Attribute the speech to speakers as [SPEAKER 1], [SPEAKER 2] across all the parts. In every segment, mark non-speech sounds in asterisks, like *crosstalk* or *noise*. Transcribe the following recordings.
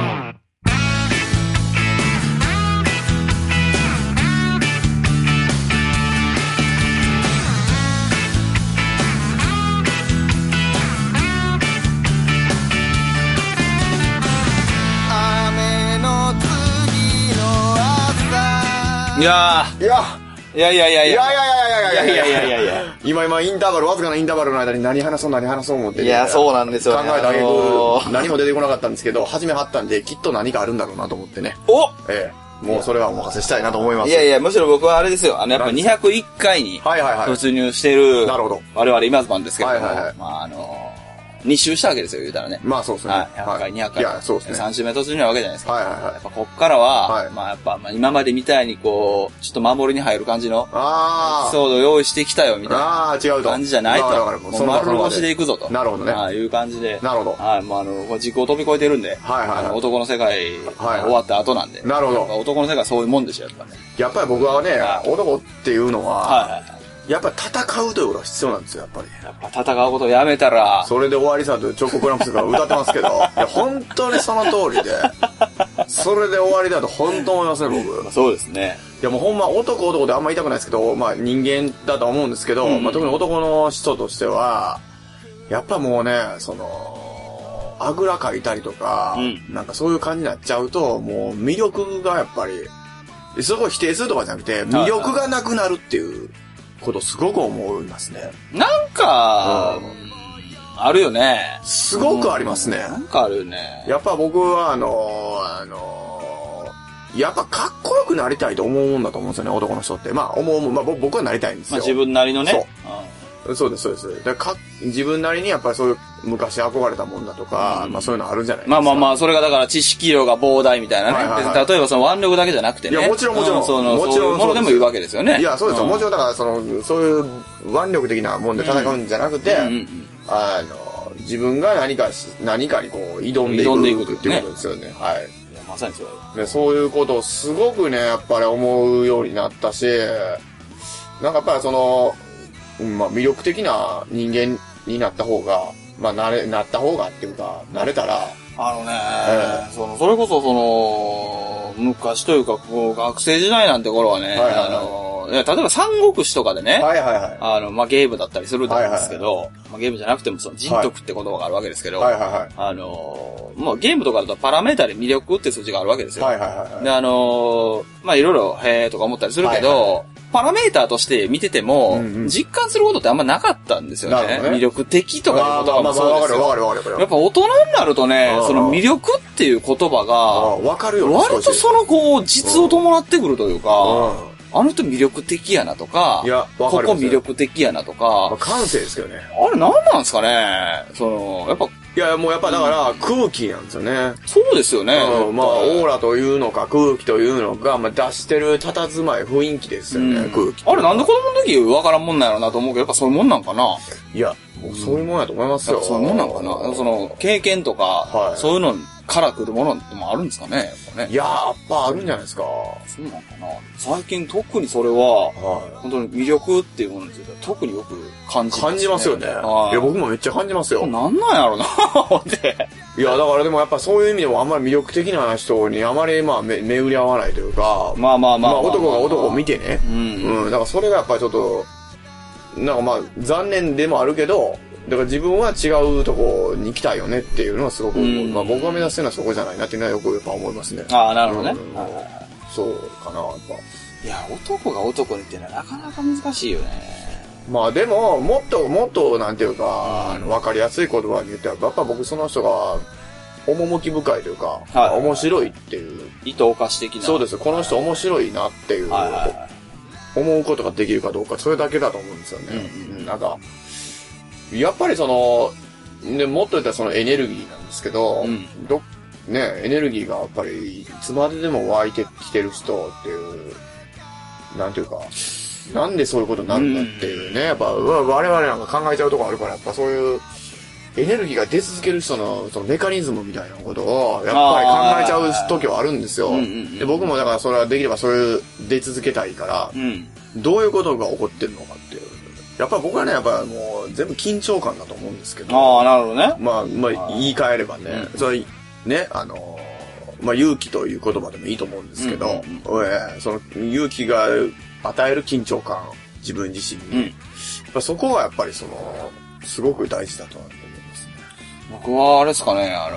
[SPEAKER 1] 妻雨の次の朝
[SPEAKER 2] いや
[SPEAKER 3] いや
[SPEAKER 2] ーいやいやいや
[SPEAKER 3] い
[SPEAKER 2] いや
[SPEAKER 3] やいやいやいやいやいやいや
[SPEAKER 2] いやいやいやいや
[SPEAKER 3] 今今インターバルわずかなインターバルの間に何話そう何話そう思って
[SPEAKER 2] いやそうなんです
[SPEAKER 3] 考
[SPEAKER 2] よ
[SPEAKER 3] え
[SPEAKER 2] ね
[SPEAKER 3] たあげ
[SPEAKER 2] あのー
[SPEAKER 3] 何も出てこなかったんですけど初めはったんできっと何かあるんだろうなと思ってね
[SPEAKER 2] お
[SPEAKER 3] ええもうそれはお任せしたいなと思います
[SPEAKER 2] いやいや、むしろ僕はあれですよ。あの、やっぱ
[SPEAKER 3] 何
[SPEAKER 2] 201回に
[SPEAKER 3] はいはいはい
[SPEAKER 2] 突入してる、
[SPEAKER 3] なるほど
[SPEAKER 2] 我々今ズマンですけれども、
[SPEAKER 3] はいはいはい
[SPEAKER 2] まああのー、2周したわけですよ、言うたらね。
[SPEAKER 3] まあそうですね
[SPEAKER 2] はい、100回、200回。
[SPEAKER 3] いやそうですね
[SPEAKER 2] 3周目突入なわけじゃないですか。
[SPEAKER 3] はいはいはい
[SPEAKER 2] やっぱこっからは、
[SPEAKER 3] はい
[SPEAKER 2] まあやっぱ、まあ、今までみたいにこう、ちょっと守りに入る感じの、エ
[SPEAKER 3] あ
[SPEAKER 2] ピ
[SPEAKER 3] あ
[SPEAKER 2] ソード用意してきたよ、みたいな
[SPEAKER 3] ああ違うと
[SPEAKER 2] 感じじゃないと。
[SPEAKER 3] だから
[SPEAKER 2] も
[SPEAKER 3] も
[SPEAKER 2] う
[SPEAKER 3] うそのまま
[SPEAKER 2] 丸腰でいくぞと。
[SPEAKER 3] なるほどね
[SPEAKER 2] ああいう感じで。
[SPEAKER 3] なるほど
[SPEAKER 2] はい、もうあの、こう時空を飛び越えてるんで、
[SPEAKER 3] はいはいはい
[SPEAKER 2] あの男の世界、
[SPEAKER 3] はい
[SPEAKER 2] 終わった後なんで。
[SPEAKER 3] なるほど
[SPEAKER 2] やっぱ男の世界はそういうもんでしょ、やっぱね。
[SPEAKER 3] やっぱり僕はね
[SPEAKER 2] はい
[SPEAKER 3] 男っていう
[SPEAKER 2] はい
[SPEAKER 3] のは
[SPEAKER 2] はいはい。
[SPEAKER 3] やっぱり戦うということが必要なんですよやっぱり
[SPEAKER 2] やっぱ戦うことをやめたら、
[SPEAKER 3] それで終わりさとチョコクランプスが歌って
[SPEAKER 2] *laughs*
[SPEAKER 3] ますけどいや本当にその通りでそれで終わりだと本当思いますね僕
[SPEAKER 2] そうですね。
[SPEAKER 3] いやもうほんま男男であんま言いたくないですけど、まあ人間だとは思うんですけど、
[SPEAKER 2] うん
[SPEAKER 3] まあ特に男の人としては、やっぱもうね、その、あぐらかいたりとか、
[SPEAKER 2] うん
[SPEAKER 3] なんかそういう感じになっちゃうと、もう魅力がやっぱり、そこを否定するとかじゃなくて、魅力がなくなるっていうことすごく思いますね。
[SPEAKER 2] なんか、
[SPEAKER 3] うん
[SPEAKER 2] あるよね。
[SPEAKER 3] すごくありますね。
[SPEAKER 2] なんかあるよね。
[SPEAKER 3] やっぱ僕はあのーあのーやっぱかっこよくなりたいと思うもんだと思うんですよね、男の人って。まあ思うもん、まあぼ僕はなりたいんです
[SPEAKER 2] まあ
[SPEAKER 3] よ。
[SPEAKER 2] 自分なりのね。
[SPEAKER 3] そうそうです、そうです。だからか自分なりにやっぱりそういう昔憧れたもんだとか、
[SPEAKER 2] うん
[SPEAKER 3] まあそういうのあるんじゃないで
[SPEAKER 2] う
[SPEAKER 3] す
[SPEAKER 2] ん
[SPEAKER 3] か。
[SPEAKER 2] まあまあまあ、それがだから知識量が膨大みたいなね。
[SPEAKER 3] はいはいはい
[SPEAKER 2] 別に例えばその腕力だけじゃなくてね。
[SPEAKER 3] いやもちろんもちろん
[SPEAKER 2] うその
[SPEAKER 3] もちろん
[SPEAKER 2] そういうものでもいいわけですよね。
[SPEAKER 3] いや、そうですよ。もち
[SPEAKER 2] ろん。
[SPEAKER 3] ろんだから、その、そういう腕力的なもんで戦うんじゃなくて、
[SPEAKER 2] うんうん
[SPEAKER 3] あの、自分が何かし、何かにこう、挑んでいく
[SPEAKER 2] 挑んでいく
[SPEAKER 3] っていうことですよね。はい。
[SPEAKER 2] うんいやまさにそうだよ
[SPEAKER 3] で、そういうことをすごくね、やっぱり思うようになったし、なんかやっぱりその、うんまあ魅力的な人間になった方が、まあなれ、なった方がっていうか、なれたら、
[SPEAKER 2] あのね、その、それこそその、昔というか、こう、学生時代なんて頃はね、
[SPEAKER 3] いはいはい
[SPEAKER 2] あの、いや例えば三国志とかでね、
[SPEAKER 3] はいはいはい。
[SPEAKER 2] あの、まあ、ゲームだったりするんですけど、まあ、ゲームじゃなくてもその人徳って言葉があるわけですけど、
[SPEAKER 3] はいはいはい。
[SPEAKER 2] あのーまあ、ゲームとかだとパラメータで魅力って数字があるわけですよ。
[SPEAKER 3] はいはいはいはい。
[SPEAKER 2] で、あのーまあ、いろいろ、へーとか思ったりするけど、
[SPEAKER 3] はいは
[SPEAKER 2] パラメーターとして見てても、
[SPEAKER 3] うんうん
[SPEAKER 2] 実感することってあんまなかったんですよ
[SPEAKER 3] なる
[SPEAKER 2] ね。
[SPEAKER 3] ほどね
[SPEAKER 2] 魅力的とかいう言葉もそうですよ。
[SPEAKER 3] まあまあまあわかるわかるわかるわか
[SPEAKER 2] やっ
[SPEAKER 3] る。
[SPEAKER 2] ぱ大人になるとね
[SPEAKER 3] う、ん
[SPEAKER 2] その魅力っていう言葉
[SPEAKER 3] ああ
[SPEAKER 2] が、
[SPEAKER 3] わかるよ、
[SPEAKER 2] 割と
[SPEAKER 3] 少し
[SPEAKER 2] そのこう、実を伴ってくるというか、
[SPEAKER 3] うん
[SPEAKER 2] あの人魅力的やなとか、
[SPEAKER 3] いや
[SPEAKER 2] こ
[SPEAKER 3] わ
[SPEAKER 2] こ
[SPEAKER 3] かります
[SPEAKER 2] 魅力的やなと
[SPEAKER 3] まあ
[SPEAKER 2] か、
[SPEAKER 3] 感性ですけどね。
[SPEAKER 2] あれ何なんですかねその、やっぱ、
[SPEAKER 3] いや、もうやっぱだから空気なんですよね。
[SPEAKER 2] そうですよね。
[SPEAKER 3] うん、まあ、オー
[SPEAKER 2] ラ
[SPEAKER 3] ラというのか空気というのか、まあ、出してる佇まい、雰囲気ですよね、空気。
[SPEAKER 2] あれなんで子供の時わからんもんなんやろなと思うけど、やっぱそういうもんなんかな。やっ
[SPEAKER 3] いや、もうそういうもんやと思いますよ。
[SPEAKER 2] ぱそういうもんなんかな。その、経験とか、
[SPEAKER 3] はい
[SPEAKER 2] そういうのから来るものもあるんですかね。やっぱ
[SPEAKER 3] い
[SPEAKER 2] ね。
[SPEAKER 3] や、やっぱあるんじゃないですか。
[SPEAKER 2] そうなんかな。最近特にそれは、
[SPEAKER 3] は
[SPEAKER 2] 本当に魅力っていうものについては特によく感
[SPEAKER 3] い。
[SPEAKER 2] じ
[SPEAKER 3] 感じますよね。い
[SPEAKER 2] はい。
[SPEAKER 3] や、僕もめっちゃ感じますよ。
[SPEAKER 2] なんなんやろな、 *laughs* 思って。
[SPEAKER 3] いや、だからでもやっぱそういう意味でもあんまり魅力的な人にあまりまあめ巡り合わないというか、
[SPEAKER 2] まあまあま
[SPEAKER 3] ま
[SPEAKER 2] あ。
[SPEAKER 3] あ男が男を見。てね
[SPEAKER 2] う、ん。
[SPEAKER 3] うん、だからそれがやっぱりちょっと、なんかまあ残念でもあるけど、だから自分は違うとこに行きたいよねっていうのはすごく、
[SPEAKER 2] うん
[SPEAKER 3] まあ僕が目指してるのはそこじゃないなっていうのはよくやっぱ思いますね。
[SPEAKER 2] ああ、なるほどね。
[SPEAKER 3] うん
[SPEAKER 2] はいはい
[SPEAKER 3] そうかな、やっぱ。
[SPEAKER 2] いや、男が男にってのはなかなか難しいよね。
[SPEAKER 3] まあでも、もっともっとなんていうか、あのわかりやすい言葉に言っては、やっぱ僕その人が、趣深いというか、
[SPEAKER 2] はい
[SPEAKER 3] 面白いっていう。
[SPEAKER 2] 意図おかし的な。
[SPEAKER 3] そうです。この人面白いなっていう。
[SPEAKER 2] はいはいはい。
[SPEAKER 3] 思うことができるかどうか、それだけだと思うんですよね。
[SPEAKER 2] うんうん
[SPEAKER 3] なんか、やっぱりその、ね、もっと言ったらそのエネルギーなんですけど、
[SPEAKER 2] うん
[SPEAKER 3] どね、エネルギーがやっぱりいつまででも湧いてきてる人っていう、なんていうか、なんでそういうことになるんだっていうね、やっぱわ我々なんか考えちゃうとこあるから、やっぱそういう、エネルギーが出続ける人のそのメカニズムみたいなことを、やっぱり考えちゃう時はあるんですよ。
[SPEAKER 2] うんうんうん
[SPEAKER 3] で僕もだからそれはできればそれ出続けたいから、
[SPEAKER 2] うん。
[SPEAKER 3] どういうことが起こってるのかっていう。やっぱ僕はね、やっぱもう全部緊張感だと思うんですけど、
[SPEAKER 2] ああ、なるほどね。
[SPEAKER 3] まあ、まあ、
[SPEAKER 2] はい
[SPEAKER 3] 言い換えればね、
[SPEAKER 2] う
[SPEAKER 3] それ、ね、あのー、まあ、勇気という言葉でもいいと思うんですけど、
[SPEAKER 2] うん
[SPEAKER 3] ええその勇気が与える緊張感、自分自身
[SPEAKER 2] う
[SPEAKER 3] に、
[SPEAKER 2] ん。
[SPEAKER 3] やっぱそこはやっぱりその、すごく大事だとは思いますね。
[SPEAKER 2] 僕はあれですかね、あ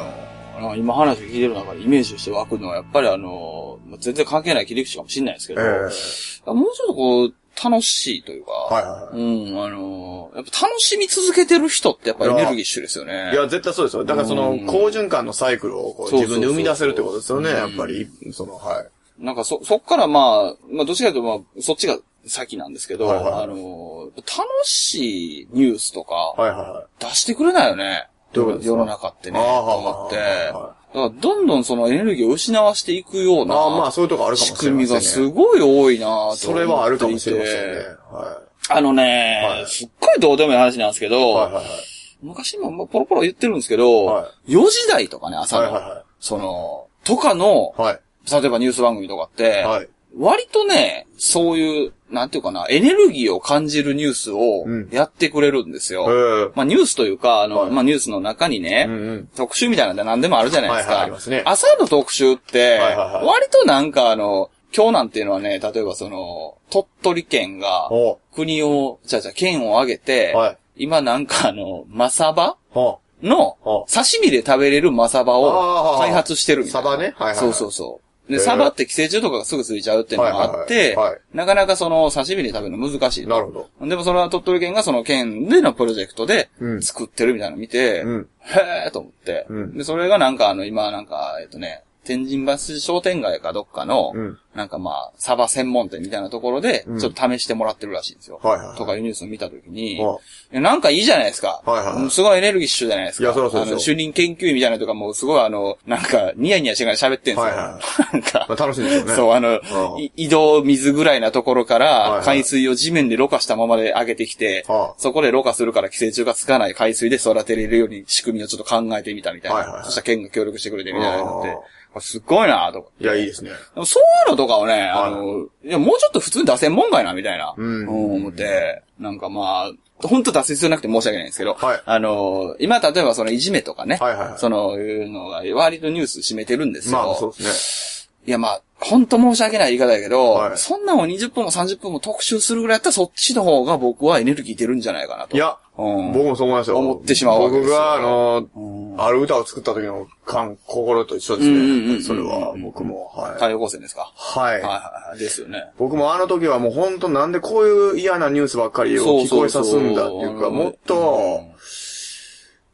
[SPEAKER 2] の、なんか今話を聞いてる中でイメージとして湧くのは、やっぱりあの、まあ全然関係ない切り口かもしれないですけ
[SPEAKER 3] え
[SPEAKER 2] ど、
[SPEAKER 3] え
[SPEAKER 2] もうちょっとこう、楽しいというか、
[SPEAKER 3] はいはいはい
[SPEAKER 2] うん、あの、やっぱ楽しみ続けてる人ってやっぱエネルギッシュですよね。
[SPEAKER 3] いや、絶対そうですよ。だからその
[SPEAKER 2] う、ん
[SPEAKER 3] 好循環のサイクルをこう
[SPEAKER 2] そうそう
[SPEAKER 3] 自
[SPEAKER 2] そう
[SPEAKER 3] 分で生み出せるってことですよね、
[SPEAKER 2] うん
[SPEAKER 3] やっぱり。その、はい。
[SPEAKER 2] なんかそ、そっからまあ、まあどっちかというとまあ、そっちが先なんですけど、
[SPEAKER 3] はいはいはい
[SPEAKER 2] あの、楽しいニュースとか、
[SPEAKER 3] はいはいは
[SPEAKER 2] 出してくれないよね。
[SPEAKER 3] どういうことですか
[SPEAKER 2] 世の中ってね、
[SPEAKER 3] あ
[SPEAKER 2] と
[SPEAKER 3] ー
[SPEAKER 2] 思って。だ
[SPEAKER 3] はいはいはい
[SPEAKER 2] からどんどんそのエネルギーを失わしていくよう
[SPEAKER 3] い。ああ、ま
[SPEAKER 2] な
[SPEAKER 3] あ、そういうとこあるか
[SPEAKER 2] 仕
[SPEAKER 3] もしれな
[SPEAKER 2] 組
[SPEAKER 3] い
[SPEAKER 2] みが
[SPEAKER 3] です
[SPEAKER 2] す
[SPEAKER 3] ね。
[SPEAKER 2] ごい多いなと思っていて
[SPEAKER 3] それはあるかもしれませんね。は
[SPEAKER 2] あのね、
[SPEAKER 3] はい
[SPEAKER 2] すっごいどうでもいい話なんですけど、
[SPEAKER 3] い。はいはいはい。
[SPEAKER 2] 昔もまあポロポロ言ってるんですけど、
[SPEAKER 3] は
[SPEAKER 2] 4時台とかね、朝の、
[SPEAKER 3] はいはいはい
[SPEAKER 2] その、とかの、
[SPEAKER 3] はい。
[SPEAKER 2] 例えばニュース番組とかって、
[SPEAKER 3] はい
[SPEAKER 2] 割とね、そういう、なんていうかな、エネルギーを感じるニュースを
[SPEAKER 3] うん
[SPEAKER 2] やってくれるんですよ。
[SPEAKER 3] え
[SPEAKER 2] まあニュースというか、あの、
[SPEAKER 3] はい
[SPEAKER 2] まあニュースの中にね、
[SPEAKER 3] えうんうん。
[SPEAKER 2] 特集みたいなんで何でもあるじゃないですか。
[SPEAKER 3] はいはいありますね
[SPEAKER 2] 朝の特集って、
[SPEAKER 3] はいはいはい
[SPEAKER 2] 割となんかあの、今日なんていうのはね、例えばその、鳥取県が、
[SPEAKER 3] お
[SPEAKER 2] 国を、じゃあじゃあ県を挙げて、
[SPEAKER 3] はい
[SPEAKER 2] 今なんかあの、マサバ
[SPEAKER 3] は
[SPEAKER 2] の
[SPEAKER 3] は、
[SPEAKER 2] 刺身で食べれるマサバを
[SPEAKER 3] あー
[SPEAKER 2] 開発してるみたいな。
[SPEAKER 3] サバねはいはいはい
[SPEAKER 2] そうそうそう。で、
[SPEAKER 3] へー
[SPEAKER 2] サバって寄生虫とかがすぐついちゃうっていうのがあって、
[SPEAKER 3] はいはいはいはい
[SPEAKER 2] なかなかその刺身で食べるの難しいと。
[SPEAKER 3] なるほど。
[SPEAKER 2] でもそれは鳥取県がその県でのプロジェクトで
[SPEAKER 3] うん
[SPEAKER 2] 作ってるみたいなの見て、
[SPEAKER 3] うん
[SPEAKER 2] へーと思って、
[SPEAKER 3] うん
[SPEAKER 2] で、それがなんかあの、今なんか、えっとね、天神橋商店街かどっかの、
[SPEAKER 3] うん
[SPEAKER 2] なんかまあ、サバ専門店みたいなところで、
[SPEAKER 3] ん
[SPEAKER 2] ちょっと試してもらってるらしいんですよ。
[SPEAKER 3] はいはいはい
[SPEAKER 2] とかいうニュースを見たときに、
[SPEAKER 3] はい
[SPEAKER 2] やなんかいいじゃないですか。
[SPEAKER 3] はいはいはい
[SPEAKER 2] うんすごいエネルギッシュじゃないですか。
[SPEAKER 3] いやそりゃそう
[SPEAKER 2] あ
[SPEAKER 3] ですよ
[SPEAKER 2] の、主任研究員みたいなのとかもうすごいあの、なんか、ニヤニヤしながら喋ってんすよ。
[SPEAKER 3] はいは
[SPEAKER 2] *laughs* なんか、
[SPEAKER 3] まあ、楽しいですよね。
[SPEAKER 2] そう、あの、
[SPEAKER 3] うん
[SPEAKER 2] い井戸水ぐらいなところか
[SPEAKER 3] い
[SPEAKER 2] ら
[SPEAKER 3] は、い
[SPEAKER 2] 海水を地面でろ過したままで上げてきて、
[SPEAKER 3] はあ
[SPEAKER 2] そこでろ過するから寄生虫がつかない海水で育てれるように仕組みをちょっと考えてみたみたいな。
[SPEAKER 3] はいはいはい
[SPEAKER 2] そしたら県が協力してくれてみたいなのって
[SPEAKER 3] うん、
[SPEAKER 2] あすっごいなと思って。
[SPEAKER 3] いや、いいですね。
[SPEAKER 2] でもそういうのとかをね、あの、いや、もうちょっと普通に出せんもんかいな、みたいな。
[SPEAKER 3] うん
[SPEAKER 2] 思って、なんかまあ、本当出す必要なくて申し訳ないんですけど、
[SPEAKER 3] はい
[SPEAKER 2] あの、今例えばそのいじめとかね、
[SPEAKER 3] はいはいはい
[SPEAKER 2] そのいうのが割とニュース占めてるんですよ。
[SPEAKER 3] まあ、そうです
[SPEAKER 2] いやまあ、本当申し訳ない言い方だけど、
[SPEAKER 3] はい
[SPEAKER 2] そんなんを20分も30分も特集するぐらいだったらそっちの方が僕はエネルギー出るんじゃないかなと。
[SPEAKER 3] ね。いや、
[SPEAKER 2] うん
[SPEAKER 3] 僕もそう思いますよ。
[SPEAKER 2] 思ってしまうわけです
[SPEAKER 3] 僕
[SPEAKER 2] よ
[SPEAKER 3] が、あの
[SPEAKER 2] う、
[SPEAKER 3] ある歌を作った時の感、心と一緒で
[SPEAKER 2] うんうんうんうん
[SPEAKER 3] すね。それは、僕も、は
[SPEAKER 2] 太
[SPEAKER 3] い。
[SPEAKER 2] 陽光線ですか。
[SPEAKER 3] はい
[SPEAKER 2] はい。はいはい。ですよね。
[SPEAKER 3] 僕もあの時はもう本当なんでこういう嫌なニュースばっかりを聞こえさすんだっていうか、もっと、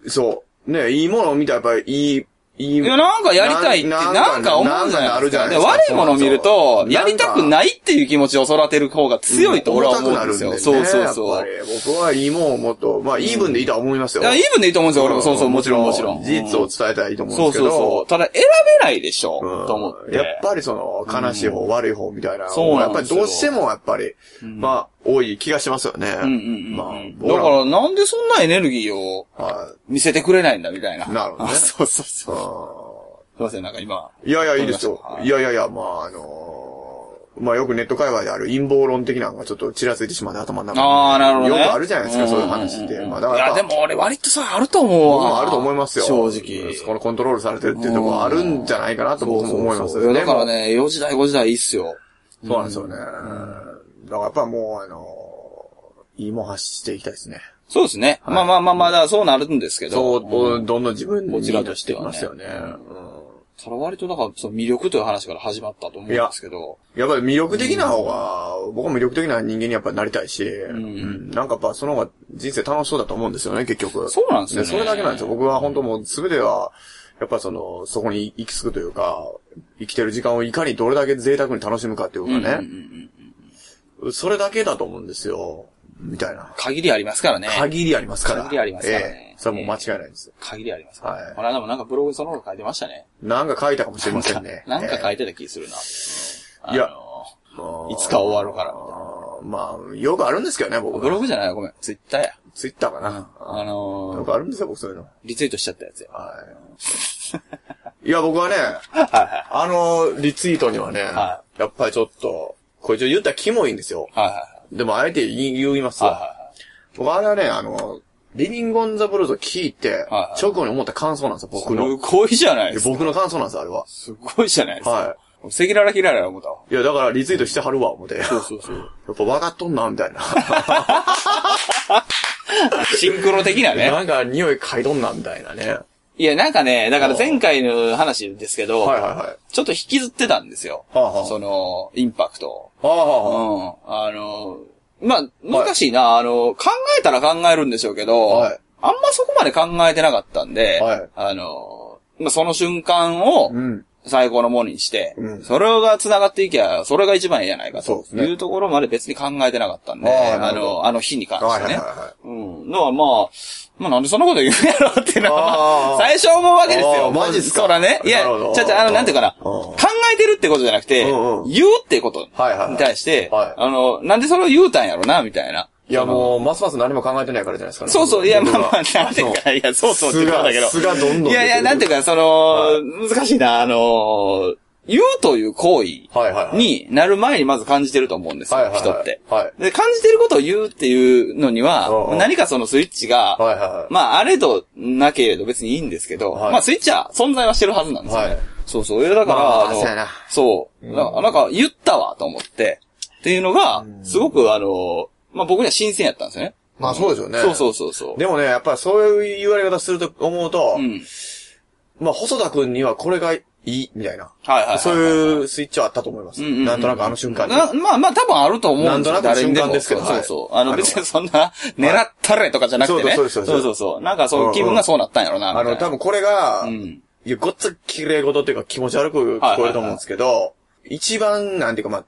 [SPEAKER 3] そう、ね、いいものを見たらやっぱりいい、い
[SPEAKER 2] い
[SPEAKER 3] い。
[SPEAKER 2] や、なんかやりたいって、なんか思うじゃないですか。で悪いものを見ると、やりたく
[SPEAKER 3] い
[SPEAKER 2] ないっていう気持ちを育てる方が強いと俺は思うんですよ。そうそうそう。い
[SPEAKER 3] 僕はいいもんをもっと、まあ、イーブンでいいとは思いますよ。
[SPEAKER 2] や、イーブンでいいと思うんですよ、俺も。そうそう、もちろん、もちろん。
[SPEAKER 3] 事実を伝えたらいいと思うん
[SPEAKER 2] そ
[SPEAKER 3] で
[SPEAKER 2] う
[SPEAKER 3] すけ
[SPEAKER 2] そう
[SPEAKER 3] ど。
[SPEAKER 2] そう。ただ、選べないでしょ、
[SPEAKER 3] うん
[SPEAKER 2] と思って。
[SPEAKER 3] やっぱりその、悲しい方、悪い方みたいな。
[SPEAKER 2] そうなん
[SPEAKER 3] や
[SPEAKER 2] で
[SPEAKER 3] っ
[SPEAKER 2] す
[SPEAKER 3] ぱ
[SPEAKER 2] よ
[SPEAKER 3] りどうしてもやっぱり、まあ、多い気がしますよね。
[SPEAKER 2] うんうんうん。
[SPEAKER 3] まあ、
[SPEAKER 2] だから、なんでそんなエネルギーを
[SPEAKER 3] ら、は
[SPEAKER 2] 見せてくれないんだ、みたいな。
[SPEAKER 3] なるほどね
[SPEAKER 2] あ *laughs* そうそうそう。
[SPEAKER 3] い。
[SPEAKER 2] すいません、なんか今。
[SPEAKER 3] いやいや、いいですよ
[SPEAKER 2] わかりまし。た
[SPEAKER 3] いやいやいや、まあ、あのーまあよくネット会話である陰謀論的なのがちょっとちらついてしまって頭の中に。
[SPEAKER 2] ああ、なるほどね。
[SPEAKER 3] よくあるじゃないですか、
[SPEAKER 2] ん
[SPEAKER 3] そういう話って。まあだか
[SPEAKER 2] い
[SPEAKER 3] ら
[SPEAKER 2] や、
[SPEAKER 3] やっ
[SPEAKER 2] で
[SPEAKER 3] ぱ、
[SPEAKER 2] も俺割とそれあると思う
[SPEAKER 3] 僕
[SPEAKER 2] わ。
[SPEAKER 3] もあると思いますよ。
[SPEAKER 2] 正直。
[SPEAKER 3] そこのコントロールされてるっていうところあるんじゃないかなと僕も思います
[SPEAKER 2] そうそうそういやだから。ね、4時代5時代いいっすよ。
[SPEAKER 3] でもそうなんですよね。だからやっぱもう、あのー、いいもん発していきたいですね。
[SPEAKER 2] そうですね。まあまあまあまあ、だからそうなるんですけ
[SPEAKER 3] そ
[SPEAKER 2] ど。
[SPEAKER 3] う、どんどん自分に
[SPEAKER 2] こちらとしてはね
[SPEAKER 3] ますよね。うん
[SPEAKER 2] それは割とだから、その魅力という話から始まったと思うんですけど。
[SPEAKER 3] やっぱり魅力的な方が、僕は魅力的な人間にやっぱりなりたいし、うんなんかやっぱその方が人生楽しそうだと思うんですよね、結局。
[SPEAKER 2] そうなんですよね
[SPEAKER 3] それだけなんですよ。僕は本当もう全ては、やっぱその、そこに行き着くというか、生きてる時間をいかにどれだけ贅沢に楽しむかっていう
[SPEAKER 2] うんうんう
[SPEAKER 3] かね、
[SPEAKER 2] ん
[SPEAKER 3] それだけだと思うんですよ、みたいな。
[SPEAKER 2] 限りありますからね。
[SPEAKER 3] 限りありますから。
[SPEAKER 2] 限りありますからね
[SPEAKER 3] ええそれはもう間違いないです。
[SPEAKER 2] 限りありますから。
[SPEAKER 3] はい
[SPEAKER 2] この間もなんかブログにその方書いてましたね。
[SPEAKER 3] なんか書いたかもしれませんね。
[SPEAKER 2] なんか書い
[SPEAKER 3] て、
[SPEAKER 2] てた気するな。
[SPEAKER 3] いや
[SPEAKER 2] あの
[SPEAKER 3] い
[SPEAKER 2] いつか終わるからみたいな。
[SPEAKER 3] まあ、よくあるんですけどね、僕。
[SPEAKER 2] ブログじゃないごめん。ツイッターや。
[SPEAKER 3] ツイッターかな。
[SPEAKER 2] あ
[SPEAKER 3] よ
[SPEAKER 2] の
[SPEAKER 3] くあるんですよ、僕そういうの。
[SPEAKER 2] ー、リツイートしちゃったやつや。
[SPEAKER 3] はい。いや、僕はね、
[SPEAKER 2] *laughs* は
[SPEAKER 3] あの、リツイートにはね、
[SPEAKER 2] は
[SPEAKER 3] やっぱりちょっと、これちょっと言ったらキモいんですよ。
[SPEAKER 2] いはいはい。
[SPEAKER 3] でも、あえて言い言います
[SPEAKER 2] はい
[SPEAKER 3] わ。
[SPEAKER 2] は
[SPEAKER 3] 僕あれはね、あの、リビング・オン・ザ・ブルーズを聞いて
[SPEAKER 2] は、い
[SPEAKER 3] 直後に思った感想なんですよ、僕の。
[SPEAKER 2] すごいじゃないですか。
[SPEAKER 3] 僕の感想なんですよ、あれは。
[SPEAKER 2] すごいじゃないですか。
[SPEAKER 3] は
[SPEAKER 2] 赤裸々嫌いな思ったわ。
[SPEAKER 3] い。いや、だからリツイートしてはるわ、思 *laughs* って。や
[SPEAKER 2] そうそうそう。
[SPEAKER 3] っぱ分かっとんな、みたいな。
[SPEAKER 2] シンクロ的な *laughs* ね。
[SPEAKER 3] *laughs* なんか匂い嗅いどんな、みたいなね。
[SPEAKER 2] いや、なんかね、だから前回の話ですけど、
[SPEAKER 3] はいはいはい。
[SPEAKER 2] ちょっと引きずってたんですよ。
[SPEAKER 3] はあはあ
[SPEAKER 2] その、インパクトを。
[SPEAKER 3] ああ、
[SPEAKER 2] うん。
[SPEAKER 3] は
[SPEAKER 2] あの、まあ、難しいな、あの、考えたら考えるんでしょうけど、
[SPEAKER 3] はい
[SPEAKER 2] あんまそこまで考えてなかったんで、
[SPEAKER 3] はい
[SPEAKER 2] あの、まあ、その瞬間を
[SPEAKER 3] あうん。
[SPEAKER 2] 最高のものにして、
[SPEAKER 3] うん
[SPEAKER 2] それが繋がっていきゃ、それが一番いいじゃないか
[SPEAKER 3] そう
[SPEAKER 2] と
[SPEAKER 3] ですね
[SPEAKER 2] いうところまで別に考えてなかったんで、
[SPEAKER 3] ああ
[SPEAKER 2] あ
[SPEAKER 3] なるほど
[SPEAKER 2] の、あの日に関してね。
[SPEAKER 3] はいはいはいはい。
[SPEAKER 2] うん。のはまあ、まあなんでそんなこと言うんやろっていうの
[SPEAKER 3] あ
[SPEAKER 2] は、ま
[SPEAKER 3] ー
[SPEAKER 2] あ最初思うわけです
[SPEAKER 3] あー
[SPEAKER 2] よ。
[SPEAKER 3] マジっすか
[SPEAKER 2] そらね。いや
[SPEAKER 3] なるほど、
[SPEAKER 2] ちゃちゃ、あの、なんていうかな。
[SPEAKER 3] うん
[SPEAKER 2] 考えてるってことじゃなくて、
[SPEAKER 3] うんうん
[SPEAKER 2] 言うってこと
[SPEAKER 3] はいはいはい
[SPEAKER 2] に対して、
[SPEAKER 3] はい
[SPEAKER 2] あの、なんでそれを言うたんやろな、みたいな。
[SPEAKER 3] いや、もう、ますます何も考えてないからじゃないですかね。
[SPEAKER 2] そうそう、いや、まあまあ、
[SPEAKER 3] そう
[SPEAKER 2] なんていうか、いや、そうそうって
[SPEAKER 3] 素
[SPEAKER 2] 言ったん
[SPEAKER 3] が
[SPEAKER 2] だけど。
[SPEAKER 3] 素がどんどん出てくる
[SPEAKER 2] いやいや、なんていうか、その、
[SPEAKER 3] はい
[SPEAKER 2] 難しいな、あのー言うという行為
[SPEAKER 3] はいはいはい
[SPEAKER 2] になる前にまず感じてると思うんですよ、
[SPEAKER 3] はいはいはい
[SPEAKER 2] 人って、
[SPEAKER 3] は
[SPEAKER 2] で。感じてることを言うっていうのに
[SPEAKER 3] うんう
[SPEAKER 2] は
[SPEAKER 3] ん、
[SPEAKER 2] 何かそのスイッチが、
[SPEAKER 3] はいはい
[SPEAKER 2] まあ、あれとなけれど別にいいんですけど、
[SPEAKER 3] はい
[SPEAKER 2] まあ、スイッチは存在はしてるはずなんですよね。
[SPEAKER 3] はい
[SPEAKER 2] そうそう。だから、
[SPEAKER 3] まあ
[SPEAKER 2] あの
[SPEAKER 3] そうやな
[SPEAKER 2] そう。だからなんか、言ったわと思って、っていうのが、すごくあの、まあ僕には新鮮やったんですよね。
[SPEAKER 3] まあそうですよね
[SPEAKER 2] そうそうそうそう。
[SPEAKER 3] でもね、やっぱりそういう言われ方すると思うと、
[SPEAKER 2] うん。
[SPEAKER 3] まあ細田君にはこれがいい、みたいな。
[SPEAKER 2] はいはいはい。
[SPEAKER 3] そういうスイッチはあったと思います。
[SPEAKER 2] うんうんうん
[SPEAKER 3] なんとなくあの瞬間に。
[SPEAKER 2] なまあまあ多分あると思うんです
[SPEAKER 3] な
[SPEAKER 2] よ。
[SPEAKER 3] んとなく
[SPEAKER 2] 誰にで
[SPEAKER 3] 瞬間
[SPEAKER 2] も。
[SPEAKER 3] ですけど
[SPEAKER 2] そう
[SPEAKER 3] は
[SPEAKER 2] そ
[SPEAKER 3] いう
[SPEAKER 2] そう。あ
[SPEAKER 3] あの
[SPEAKER 2] の別にそんな、狙ったれとかじゃなくてね。
[SPEAKER 3] そうですそうですそうです
[SPEAKER 2] そうそう。なんかそういう気分がそうなったんやろな、みた
[SPEAKER 3] あ
[SPEAKER 2] い
[SPEAKER 3] の、
[SPEAKER 2] な。
[SPEAKER 3] 多分これが、
[SPEAKER 2] うん。
[SPEAKER 3] いや、ごっつ綺麗事っていうか気持ち悪く聞こえると思うんですけど、一番、なんていうか、まあ、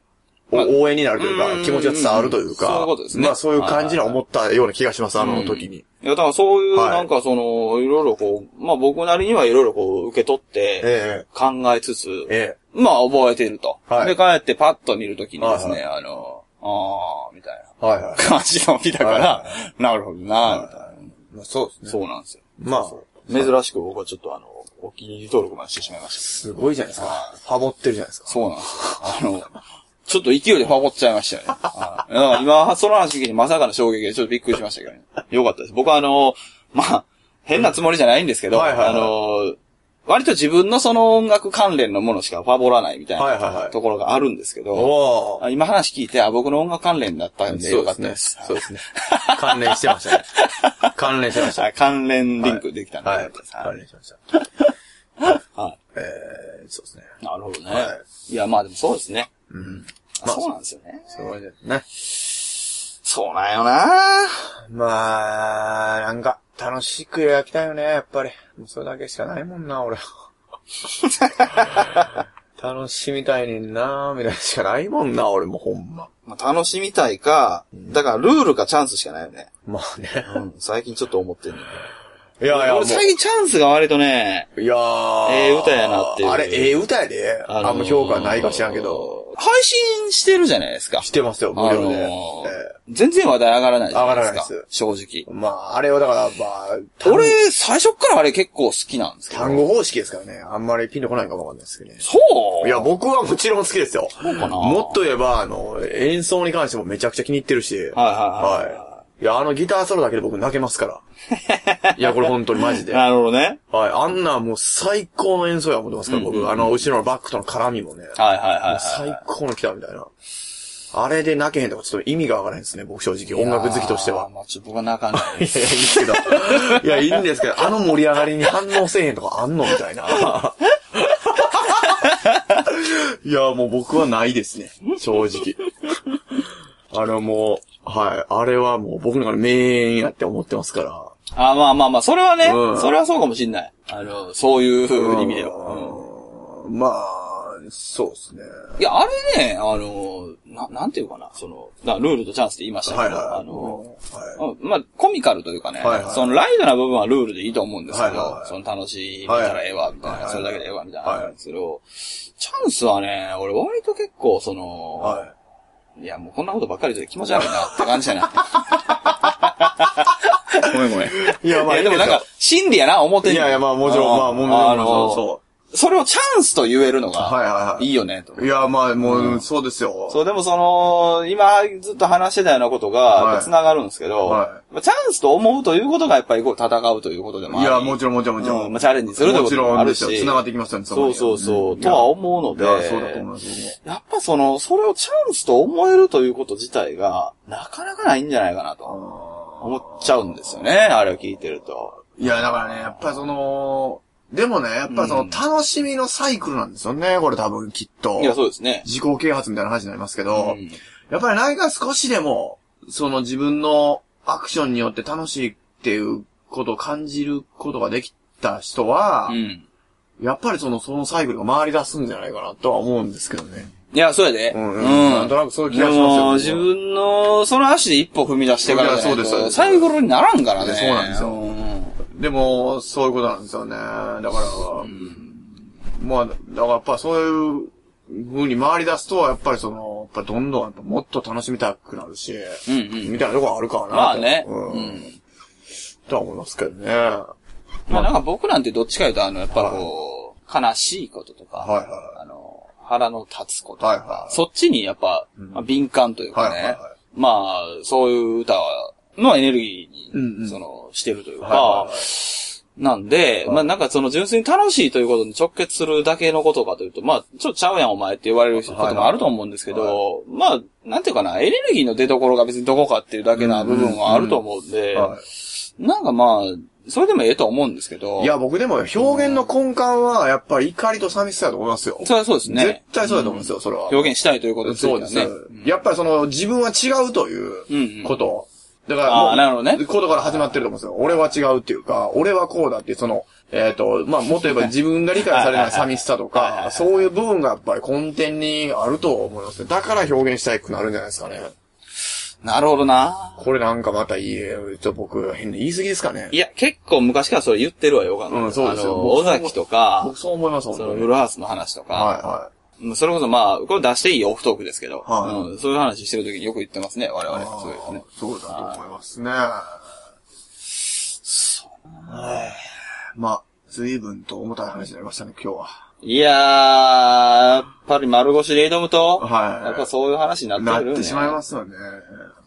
[SPEAKER 3] お
[SPEAKER 2] まあ
[SPEAKER 3] 応援になるという
[SPEAKER 2] うんうんう
[SPEAKER 3] か、
[SPEAKER 2] ん
[SPEAKER 3] 気持ちが伝わるというか、
[SPEAKER 2] そういうことですね
[SPEAKER 3] まあそういう感じの思ったような気がします、あの時に。
[SPEAKER 2] いや、だからそういう、
[SPEAKER 3] はい
[SPEAKER 2] なんかその、いろいろこう、まあ僕なりにはいろいろこう、受け取って、
[SPEAKER 3] え
[SPEAKER 2] 考えつつ、
[SPEAKER 3] え、え
[SPEAKER 2] まあ覚えてると。
[SPEAKER 3] はい
[SPEAKER 2] で、帰ってパッと見るときにですね、
[SPEAKER 3] はい
[SPEAKER 2] あの、あー、みたいな
[SPEAKER 3] え、はいはい。
[SPEAKER 2] 感じの見たから、
[SPEAKER 3] は
[SPEAKER 2] なるほどな、みたいな、
[SPEAKER 3] まあ、そうですね。
[SPEAKER 2] そうなんですよ。
[SPEAKER 3] まあ、
[SPEAKER 2] 珍しく僕はちょっとあの、お気に入り登録までしてしまいました。
[SPEAKER 3] すごいじゃないですか。ハモってるじゃないですか。
[SPEAKER 2] そうなんですよ。あの、ちょっと勢いでファボっちゃいましたよね。はいだから今、その話聞いてまさかの衝撃でちょっとびっくりしましたけどね。よかったです。僕はあの、まあ、変なつもりじゃないんですけど、
[SPEAKER 3] うんはいはいはい
[SPEAKER 2] あの、割と自分のその音楽関連のものしかファボらないみたい
[SPEAKER 3] はいはいは
[SPEAKER 2] ないところがあるんですけど、
[SPEAKER 3] おー
[SPEAKER 2] あ今話聞いて、あ、僕の音楽関連だったんでよかったです。
[SPEAKER 3] そうですね。関連してましたね。関連してました。
[SPEAKER 2] はい関連リンクできたんで、
[SPEAKER 3] はい
[SPEAKER 2] よかっ。た
[SPEAKER 3] 関
[SPEAKER 2] です
[SPEAKER 3] 連してました。
[SPEAKER 2] は
[SPEAKER 3] えー、そうですね。
[SPEAKER 2] い。なるほどね。、
[SPEAKER 3] はい
[SPEAKER 2] や、まあでもそうですね。
[SPEAKER 3] うん。まあ
[SPEAKER 2] そうなんですよね。
[SPEAKER 3] そうですね。
[SPEAKER 2] そうなんよな
[SPEAKER 3] まあ、なんか、楽しく焼きたいよね、やっぱり。もうそれだけしかないもんな、俺。
[SPEAKER 2] *laughs*
[SPEAKER 3] 楽しみたいねんな、みたいなしかないもんな、俺もほんま。
[SPEAKER 2] まあ、楽しみたいか、だからルールかチャンスしかないよね。
[SPEAKER 3] まあね。
[SPEAKER 2] うん、最近ちょっと思ってる、ね、
[SPEAKER 3] いやいや、も
[SPEAKER 2] 俺最近チャンスが割とね、
[SPEAKER 3] う。いやー
[SPEAKER 2] ええ歌やなっていう
[SPEAKER 3] あれ、ええ歌やで。あんま評価ないか知らんけど。。
[SPEAKER 2] 配信してるじゃないですか。
[SPEAKER 3] してますよ、無料で。
[SPEAKER 2] あ
[SPEAKER 3] え
[SPEAKER 2] のー
[SPEAKER 3] え
[SPEAKER 2] 全然話題上がらないじゃないですか。
[SPEAKER 3] 上がらないです
[SPEAKER 2] 正
[SPEAKER 3] まあ、あれはだから、まあ、単
[SPEAKER 2] 直。俺、最初っからあれ結構好きなんですけど。
[SPEAKER 3] 単語方式ですからね。あんまりピンとこないかもわかんないですけどね。
[SPEAKER 2] そう
[SPEAKER 3] い
[SPEAKER 2] い
[SPEAKER 3] や、僕はもちろん好きですよ。
[SPEAKER 2] かな
[SPEAKER 3] もっと言えば、あの、演奏に関してもめちゃくちゃ気に入ってるし。
[SPEAKER 2] はいはいはい
[SPEAKER 3] い。いや、あのギターソロだけで僕泣けま
[SPEAKER 2] *laughs*
[SPEAKER 3] すから。いや、これ本当にマジで。はい。
[SPEAKER 2] なるほどね。
[SPEAKER 3] あんなもう最高の演奏や思ってますから、僕。あの、後ろのバックとの絡みもね。
[SPEAKER 2] はいはいはい、はい。
[SPEAKER 3] 最高のギターみたいな。あれで泣けへんとかちょっと意味がわからないですね、僕正直。音楽好きとして
[SPEAKER 2] あー
[SPEAKER 3] は。
[SPEAKER 2] まあ、ちょっと僕は泣かない
[SPEAKER 3] いや、いいですけど。いや、いいんですけど、あの盛り上がりに反応せえへんとかあんのみたいな。いや、もう僕はないですね。正直。あれはもう、はい。あれはもう僕の中で名演やって思ってますから。
[SPEAKER 2] あ、まあまあまあ、それはね、
[SPEAKER 3] うん
[SPEAKER 2] それはそうかもしんない。あの、そういう意味では。
[SPEAKER 3] うんまあ、そうですね。
[SPEAKER 2] いや、あれね、あの、ななんていうかな、その、なルールとチャンスって言いました
[SPEAKER 3] は
[SPEAKER 2] け
[SPEAKER 3] い
[SPEAKER 2] ど、
[SPEAKER 3] はい。
[SPEAKER 2] あの、
[SPEAKER 3] は
[SPEAKER 2] うんまあ、コミカルというかね、
[SPEAKER 3] はいはい
[SPEAKER 2] そのライトな部分はルールでいいと思うんですけど、
[SPEAKER 3] はいはいはい
[SPEAKER 2] その楽しいたらええわ、みたいな、
[SPEAKER 3] はいはい
[SPEAKER 2] それだけでええわ、みたいな話なんですけど、チャンスはね、俺割と結構、その、、
[SPEAKER 3] い。はい
[SPEAKER 2] や、もうこんなことばっかりで気持ち悪いな
[SPEAKER 3] *laughs*
[SPEAKER 2] って感じじゃない。ごめんごめん。
[SPEAKER 3] い。いや、まあ、
[SPEAKER 2] いやでもなん
[SPEAKER 3] いい
[SPEAKER 2] か、真理やな、思ってん
[SPEAKER 3] ですよ、
[SPEAKER 2] の
[SPEAKER 3] いやいや、まあ、もちろん、まあ、もちろん、もちろん、
[SPEAKER 2] の
[SPEAKER 3] そう。
[SPEAKER 2] それをチャンスと言えるの
[SPEAKER 3] はい
[SPEAKER 2] が、
[SPEAKER 3] はいはい
[SPEAKER 2] いよね、と。
[SPEAKER 3] い。いや、まあ、もう、そうですよ。
[SPEAKER 2] そう、でもその、今ずっと話してたようなこと
[SPEAKER 3] は
[SPEAKER 2] が
[SPEAKER 3] い、
[SPEAKER 2] 繋がるんですけど、
[SPEAKER 3] は
[SPEAKER 2] まあチャンスと思うということが、やっぱりこう戦うということでもあ
[SPEAKER 3] い
[SPEAKER 2] り。
[SPEAKER 3] や、もちろん、もちろん、もちろ。
[SPEAKER 2] うんんまあチャレンジするということもあるし
[SPEAKER 3] もちろんですよ繋がってきますよね、の
[SPEAKER 2] そうそうそう、
[SPEAKER 3] ん
[SPEAKER 2] とは思うので、
[SPEAKER 3] いや、そうだと思います、僕も
[SPEAKER 2] やっぱその、それをチャンスと思えるということ自体が、なかなかないんじゃないかなと思っちゃうんですよね、あれを聞いてると。
[SPEAKER 3] いや、だからね、やっぱその、でもね、やっぱその、楽しみのサイクルなんですよね、これ多分きっと。
[SPEAKER 2] いや、そうですね。
[SPEAKER 3] 自己啓発みたいな話になりますけど、
[SPEAKER 2] うん
[SPEAKER 3] やっぱり何か少しでも、その自分のアクションによって楽しいっていうことを感じることができた人は、
[SPEAKER 2] うん。
[SPEAKER 3] やっぱりその、そのサイクルが回り出すんじゃないかなとは思うんですけどね。
[SPEAKER 2] いや、そうやで。
[SPEAKER 3] うんうんなんとなくそういう気がしま
[SPEAKER 2] で
[SPEAKER 3] すよ
[SPEAKER 2] も
[SPEAKER 3] 僕は
[SPEAKER 2] 自分の、その足で一歩踏み出してからじゃないと
[SPEAKER 3] いやそうです
[SPEAKER 2] 最後にならんから
[SPEAKER 3] い
[SPEAKER 2] ね。
[SPEAKER 3] やそうなんですよ
[SPEAKER 2] うん
[SPEAKER 3] でも、そういうことなんですよね。だから、まあ、だからやっぱそういう風に回り出すと、やっぱりその、やっぱどんどんやっぱもっと楽しみたくなるし、
[SPEAKER 2] うんうん。
[SPEAKER 3] みたいなとこあるからなと。
[SPEAKER 2] まあね。
[SPEAKER 3] う。
[SPEAKER 2] うんん。
[SPEAKER 3] とは思いますけどね。
[SPEAKER 2] まあなんか僕なんてどっちか言うと、あの、やっぱこう、悲しいこととか、
[SPEAKER 3] はいはい
[SPEAKER 2] あの、腹の立つこととか、
[SPEAKER 3] はいはい
[SPEAKER 2] そっちにやっぱ、まあ、敏感というかね、
[SPEAKER 3] はいはいはい
[SPEAKER 2] まあ、そういう歌のエネルギーに、
[SPEAKER 3] うんうん
[SPEAKER 2] その、してるというか、
[SPEAKER 3] はいはいはい
[SPEAKER 2] なんで、まあなんかその純粋に楽しいということに直結するだけのことかというと、まあちょっとちゃうやんお前って言われることもあると思うんですけ
[SPEAKER 3] はいは
[SPEAKER 2] ど、まあなんていうかな、エネルギーの出所が別にどこかっていうだけな部分はあると思うんで、
[SPEAKER 3] は
[SPEAKER 2] なんかまあ、それでもええとは思うんですけど。
[SPEAKER 3] い、いや、、僕でも表現の根幹は、やっぱり怒りと寂しさだと思いますよ。
[SPEAKER 2] それはそうですね。
[SPEAKER 3] 絶対そうだと思うんですよ、それは。
[SPEAKER 2] 表現したいということについて
[SPEAKER 3] そう
[SPEAKER 2] は
[SPEAKER 3] で
[SPEAKER 2] ね。
[SPEAKER 3] すね。やっぱりその、自分は違うということ。だからもう、
[SPEAKER 2] あーなるほどね
[SPEAKER 3] ことから始まってると思うんですよ。俺は違うっていうか、俺はこうだっていう、その、えっ、と、まあ、もっと言えば自分が理解されない寂しさとか、そういう部分がやっぱり根底にあると思いますね。だから表現したくなるんじゃないですかね。
[SPEAKER 2] なるほどな。
[SPEAKER 3] これなんかまたいい、ちょっと僕、変な言い過ぎですかね
[SPEAKER 2] い。や、結構昔からそれ言ってるわよ、ヨガの。
[SPEAKER 3] うんそうですよ
[SPEAKER 2] あの
[SPEAKER 3] 僕
[SPEAKER 2] 尾崎とか
[SPEAKER 3] 僕、そう思います、本
[SPEAKER 2] そ
[SPEAKER 3] 当
[SPEAKER 2] の、
[SPEAKER 3] に。
[SPEAKER 2] フルハウスの話とか、
[SPEAKER 3] は
[SPEAKER 2] うんそれこそまあ、これ出していいオフトークですけど、
[SPEAKER 3] はい
[SPEAKER 2] うんそういう話してる時によく言ってますね、我々。
[SPEAKER 3] いはい。
[SPEAKER 2] そうですね。
[SPEAKER 3] そうだと思いますね。そう。まあ、随分と重たい話になりましたね、今日は。
[SPEAKER 2] いやー、やっぱり丸腰で挑むと、
[SPEAKER 3] はい
[SPEAKER 2] やっぱそういう話になって
[SPEAKER 3] な
[SPEAKER 2] くる
[SPEAKER 3] っ
[SPEAKER 2] ね。
[SPEAKER 3] てしまいますよね。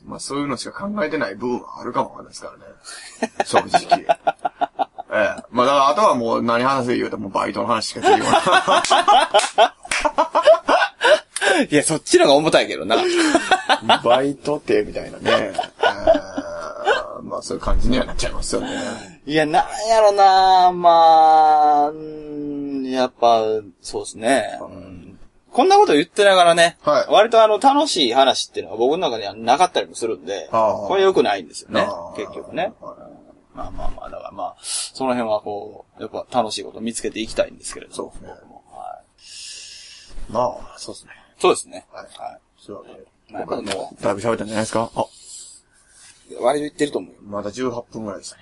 [SPEAKER 3] まあそういうのしか考えてない部分はあるかもわかんないですからね。正 *laughs* 直。ええ。まあだからあとはもう何話せ言うともうバイトの話しかできない。
[SPEAKER 2] *laughs* いや、そっちの方が重たいけどな。 *laughs*
[SPEAKER 3] *laughs* バイトって、みたいなね。ええまあそういう感じにはなっちゃいますよね。
[SPEAKER 2] いや、なんやろなまあ、うんやっぱ、そうですね、うんこんなこと言ってながらね、
[SPEAKER 3] はい
[SPEAKER 2] 割とあの、楽しい話っていうのが僕の中にはなかったりもするんで、
[SPEAKER 3] ああ
[SPEAKER 2] これ良くないんですよね
[SPEAKER 3] ああ、
[SPEAKER 2] 結局ね。
[SPEAKER 3] はい
[SPEAKER 2] まあまあまあ、だからまあ、その辺はこう、やっぱ楽しいことを見つけていきたいんですけれども。
[SPEAKER 3] そうですね
[SPEAKER 2] 僕もは
[SPEAKER 3] まあ、そうですね。
[SPEAKER 2] い、そうですね。
[SPEAKER 3] はい
[SPEAKER 2] は
[SPEAKER 3] そうだね。
[SPEAKER 2] い。まあ、やっぱりも
[SPEAKER 3] だいぶ喋ったんじゃないですかあ、
[SPEAKER 2] う、割と言ってると思うよ。
[SPEAKER 3] まだ18分ぐらいでしたね。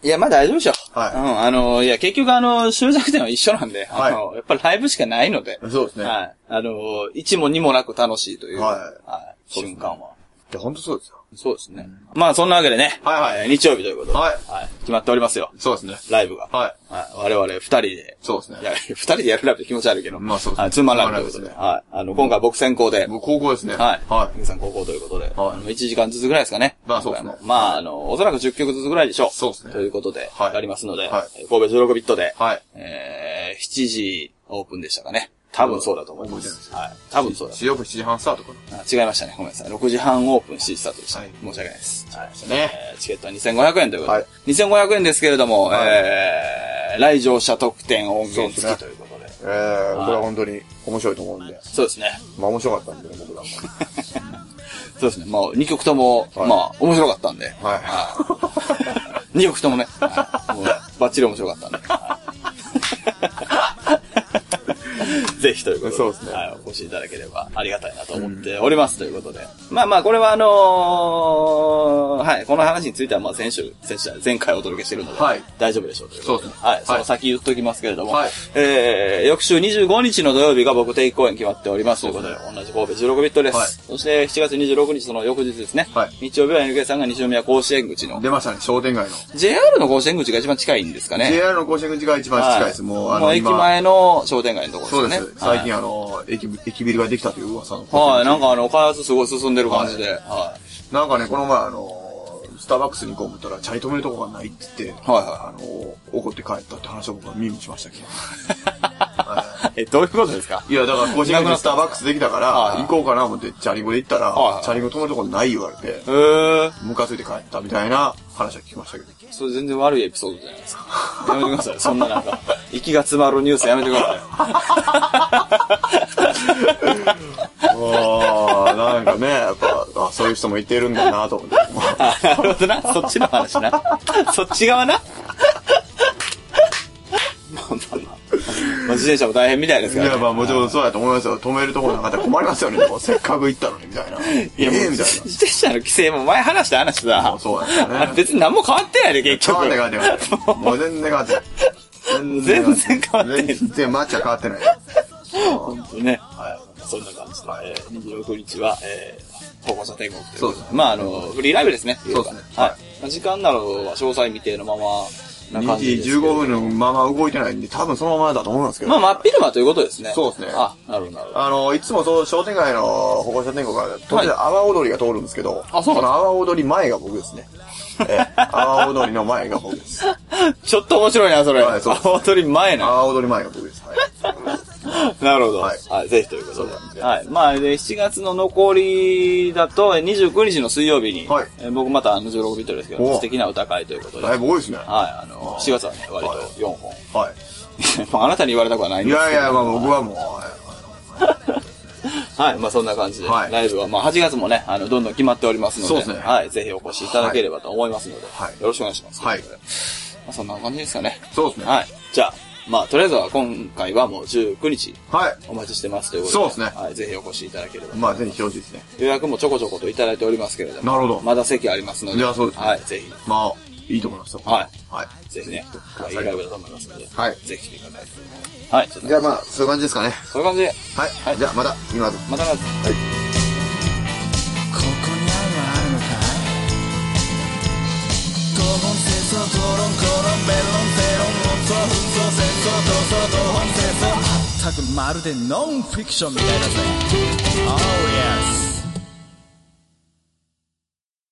[SPEAKER 2] いや、まあ大丈夫でしょ。
[SPEAKER 3] はい
[SPEAKER 2] うん、あの、いや、結局あの、終着点は一緒なんで、
[SPEAKER 3] はい
[SPEAKER 2] あの、やっぱライブしかないので。
[SPEAKER 3] そうですね
[SPEAKER 2] はい。あの、一も二もなく楽しいという、
[SPEAKER 3] はい
[SPEAKER 2] い
[SPEAKER 3] そうですね
[SPEAKER 2] 瞬間は。
[SPEAKER 3] いや、ほんとそうですよ。
[SPEAKER 2] そうですね。まあそんなわけでね。
[SPEAKER 3] はいはい
[SPEAKER 2] えー日曜日ということで。
[SPEAKER 3] はい
[SPEAKER 2] 決まっておりますよ。
[SPEAKER 3] そうですね。
[SPEAKER 2] ライブが。
[SPEAKER 3] はい。
[SPEAKER 2] はい。我々二人で。
[SPEAKER 3] そうですね
[SPEAKER 2] いや、 *laughs* 二人でやるライブって気持ち悪いけど。
[SPEAKER 3] まあそうですね
[SPEAKER 2] はい、ツーマンライブということ
[SPEAKER 3] ツ
[SPEAKER 2] で。
[SPEAKER 3] ー
[SPEAKER 2] はい。あの、今回僕先行で。
[SPEAKER 3] 僕高校ですね。
[SPEAKER 2] はい。
[SPEAKER 3] は
[SPEAKER 2] 皆さん高校ということで。
[SPEAKER 3] はい
[SPEAKER 2] あの1時間ずつぐらいですかね。
[SPEAKER 3] まあそうですね
[SPEAKER 2] まあ、あの、おそらく10曲ずつぐらいでしょう。
[SPEAKER 3] そうですね
[SPEAKER 2] ということで、
[SPEAKER 3] はい
[SPEAKER 2] やりますので、
[SPEAKER 3] は
[SPEAKER 2] 神戸16ビットで、
[SPEAKER 3] い。はい。
[SPEAKER 2] えー、7時オープンでしたかね。多分そうだと思いま
[SPEAKER 3] 覚え
[SPEAKER 2] す。はい。多分そうだと思います。
[SPEAKER 3] よく7時半スタートかな。
[SPEAKER 2] あ違いましたね。ごめんなさい。6時半オープン7時スタートでした。
[SPEAKER 3] はい
[SPEAKER 2] 申し訳ないです。はい。
[SPEAKER 3] ね
[SPEAKER 2] えーチケットは2500円ということで。
[SPEAKER 3] はい
[SPEAKER 2] 2500円ですけれども、
[SPEAKER 3] はい
[SPEAKER 2] えー、来場者特典音源付
[SPEAKER 3] そうで
[SPEAKER 2] き
[SPEAKER 3] す
[SPEAKER 2] ということで。
[SPEAKER 3] ええこれは本当に面白いと思うんで。
[SPEAKER 2] そうですね。
[SPEAKER 3] まあ面白かったんでね、僕らも。
[SPEAKER 2] そうですね。まあ、2曲とも、まあ、面白かったんで。はい。2曲ともね、はい、もうバッチリ面白かったんで。はい、ぜひということで
[SPEAKER 3] そうですね
[SPEAKER 2] はい、お越しいただければありがたいなと思っておりますということで。まあまあ、これはあのーはい、この話については、まあ、先週、先週、前回お届けしてるので、
[SPEAKER 3] はい
[SPEAKER 2] 大丈夫でしょうといこと
[SPEAKER 3] そうですね
[SPEAKER 2] はい、そ
[SPEAKER 3] は
[SPEAKER 2] の
[SPEAKER 3] い
[SPEAKER 2] 先言っときますけれども、
[SPEAKER 3] はい
[SPEAKER 2] えー、翌週25日の土曜日が僕、定期公演決まっておりますということで、同じ神戸16ビットです。
[SPEAKER 3] はい
[SPEAKER 2] そして、7月26日、その翌日ですね、
[SPEAKER 3] はい
[SPEAKER 2] 日曜日は NK さんが西宮甲子園口の、
[SPEAKER 3] *laughs* 出ましたね、商店街の。
[SPEAKER 2] JR の甲子園口が一番近いんですかね。
[SPEAKER 3] JR の甲子園口が一番近いです。
[SPEAKER 2] はい
[SPEAKER 3] もう、あの、
[SPEAKER 2] 駅
[SPEAKER 3] 今
[SPEAKER 2] 前の商店街のとこ
[SPEAKER 3] そ
[SPEAKER 2] ろ
[SPEAKER 3] う
[SPEAKER 2] で
[SPEAKER 3] です
[SPEAKER 2] ね。
[SPEAKER 3] す。最近
[SPEAKER 2] は
[SPEAKER 3] あの、駅ビ、駅ビルができたという噂の。
[SPEAKER 2] い。はい、なんかあの、開発すごい進んでる感じで、はい。
[SPEAKER 3] なんかね、この前あの、スターバックスに行こう思ったら、チャリ止めるとこがないって言って、
[SPEAKER 2] はいは
[SPEAKER 3] あの、怒って帰ったって話を僕は耳にしましたけど。 *laughs*
[SPEAKER 2] え、どういうことですか
[SPEAKER 3] いや、だから甲子園口にスターバックスできたか
[SPEAKER 2] はい
[SPEAKER 3] ら、行こうかな思って、チャリンコで行ったら
[SPEAKER 2] はいは、い
[SPEAKER 3] チャリンコ止めるとこない言われて、
[SPEAKER 2] えー、
[SPEAKER 3] ムカついて帰ったみたいな話は聞きま *laughs* したけど。
[SPEAKER 2] それ全然悪いエピソードじゃないですか。やめてください。そんななんか、息が詰まるニュースやめてくださ
[SPEAKER 3] ああ、なんかね、やっぱ、あそういう人もいてるんだなと思って。
[SPEAKER 2] い。なるほどな。そっちの話な。そっち側な。まあまあまあ。まあ自転車も大変みたいです
[SPEAKER 3] い
[SPEAKER 2] から、ね。
[SPEAKER 3] や、まあもちろんそうやと思いますよ。止めるとこなかったら困りますよね。せっかく行ったのに、みたいな。え
[SPEAKER 2] いや、もう
[SPEAKER 3] えみ
[SPEAKER 2] 自
[SPEAKER 3] たい
[SPEAKER 2] 転車の規制も前話した話だ。
[SPEAKER 3] な。そうや
[SPEAKER 2] あ
[SPEAKER 3] ね *laughs*
[SPEAKER 2] れ。別に何も変わってないで、結
[SPEAKER 3] 変わ
[SPEAKER 2] 局。
[SPEAKER 3] ってない変わってない。もう全然変わってない。全
[SPEAKER 2] 全然変わってない
[SPEAKER 3] 全然マッチは変わってない。
[SPEAKER 2] 本当ね。はい。そんな感じで、えー、26日は、えー、保護者天国ということ
[SPEAKER 3] そうです
[SPEAKER 2] まあ、あの、フリーライブですね。
[SPEAKER 3] そうですね
[SPEAKER 2] はい
[SPEAKER 3] は。
[SPEAKER 2] まあ時間などは詳細未定のままな
[SPEAKER 3] 2
[SPEAKER 2] 感
[SPEAKER 3] 時
[SPEAKER 2] じですけど。
[SPEAKER 3] 15分のまま動いてないんで、多分そのままだと思うんですけど。
[SPEAKER 2] まあ、真っ昼間ということですね。
[SPEAKER 3] そうですね
[SPEAKER 2] あ、なるほど、なるほど。
[SPEAKER 3] あの、いつもそう、商店街の歩行者天国から、突然、阿波踊りが通るんですけど、
[SPEAKER 2] あそうなんですか
[SPEAKER 3] の阿波踊り前が僕ですね。ええ、阿波踊りの前が僕です。
[SPEAKER 2] *laughs*
[SPEAKER 3] 阿
[SPEAKER 2] ちょっと面白いな、それ。
[SPEAKER 3] はいそうです
[SPEAKER 2] 本当に前な。
[SPEAKER 3] 波踊り前が僕です。はい。
[SPEAKER 2] なるほど。は
[SPEAKER 3] はいい。
[SPEAKER 2] ぜひということ
[SPEAKER 3] そうなんで
[SPEAKER 2] で。
[SPEAKER 3] す
[SPEAKER 2] はい。まあ、で、7月の残りだと、えー29日の水曜日に、
[SPEAKER 3] はい
[SPEAKER 2] えー僕またあの16ビットですけど、
[SPEAKER 3] お
[SPEAKER 2] 素敵な歌会ということで。
[SPEAKER 3] だ
[SPEAKER 2] はい
[SPEAKER 3] ぶ多いですね。
[SPEAKER 2] い。あの、4月はね、割と4本。 *laughs*
[SPEAKER 3] は
[SPEAKER 2] まあ、あなたに言われたくはない
[SPEAKER 3] い。
[SPEAKER 2] ん
[SPEAKER 3] い
[SPEAKER 2] ですけど。
[SPEAKER 3] やいや、まあ僕はもう、はい
[SPEAKER 2] はい、まあそんな感じで、
[SPEAKER 3] はい
[SPEAKER 2] ライブは、まあ8月もね、あの、どんどん決まっておりますので、
[SPEAKER 3] そうですね
[SPEAKER 2] はい、ぜひお越しいただければと思いますので、
[SPEAKER 3] はい
[SPEAKER 2] よろしくお願いします。
[SPEAKER 3] はい
[SPEAKER 2] とうことでまあそんな感じですかね。
[SPEAKER 3] そうですね。
[SPEAKER 2] はい。じゃあ、まあとりあえずは今回はもう19日
[SPEAKER 3] はい。
[SPEAKER 2] お待ちしてますということで、
[SPEAKER 3] そうですね
[SPEAKER 2] はい、ぜひお越しいただければ。
[SPEAKER 3] まあ、ぜひ来てほしいですね。
[SPEAKER 2] 予約もちょこちょこといただいておりますけれども、
[SPEAKER 3] なるほど
[SPEAKER 2] まだ席ありますので、
[SPEAKER 3] いやそうですね
[SPEAKER 2] はい、ぜひ、
[SPEAKER 3] まあ、いいと思いますよ。。
[SPEAKER 2] はい
[SPEAKER 3] はい。
[SPEAKER 2] ぜひね、はい、いい
[SPEAKER 3] はい
[SPEAKER 2] ライブだと思いますので、
[SPEAKER 3] はい
[SPEAKER 2] ぜひ来ていただいて。はい、ちょっと
[SPEAKER 3] じゃあまあ、そういう感じですかね。
[SPEAKER 2] そういう感じで、
[SPEAKER 3] はい。じゃあまた、今
[SPEAKER 2] またま
[SPEAKER 4] こ
[SPEAKER 2] た。
[SPEAKER 4] こに愛はあるのかいドボン戦争ドロンコロンベロンセロン音符奏戦争闘争ドホン戦争まったくまるでノンフィクションみたいだぜ Oh yes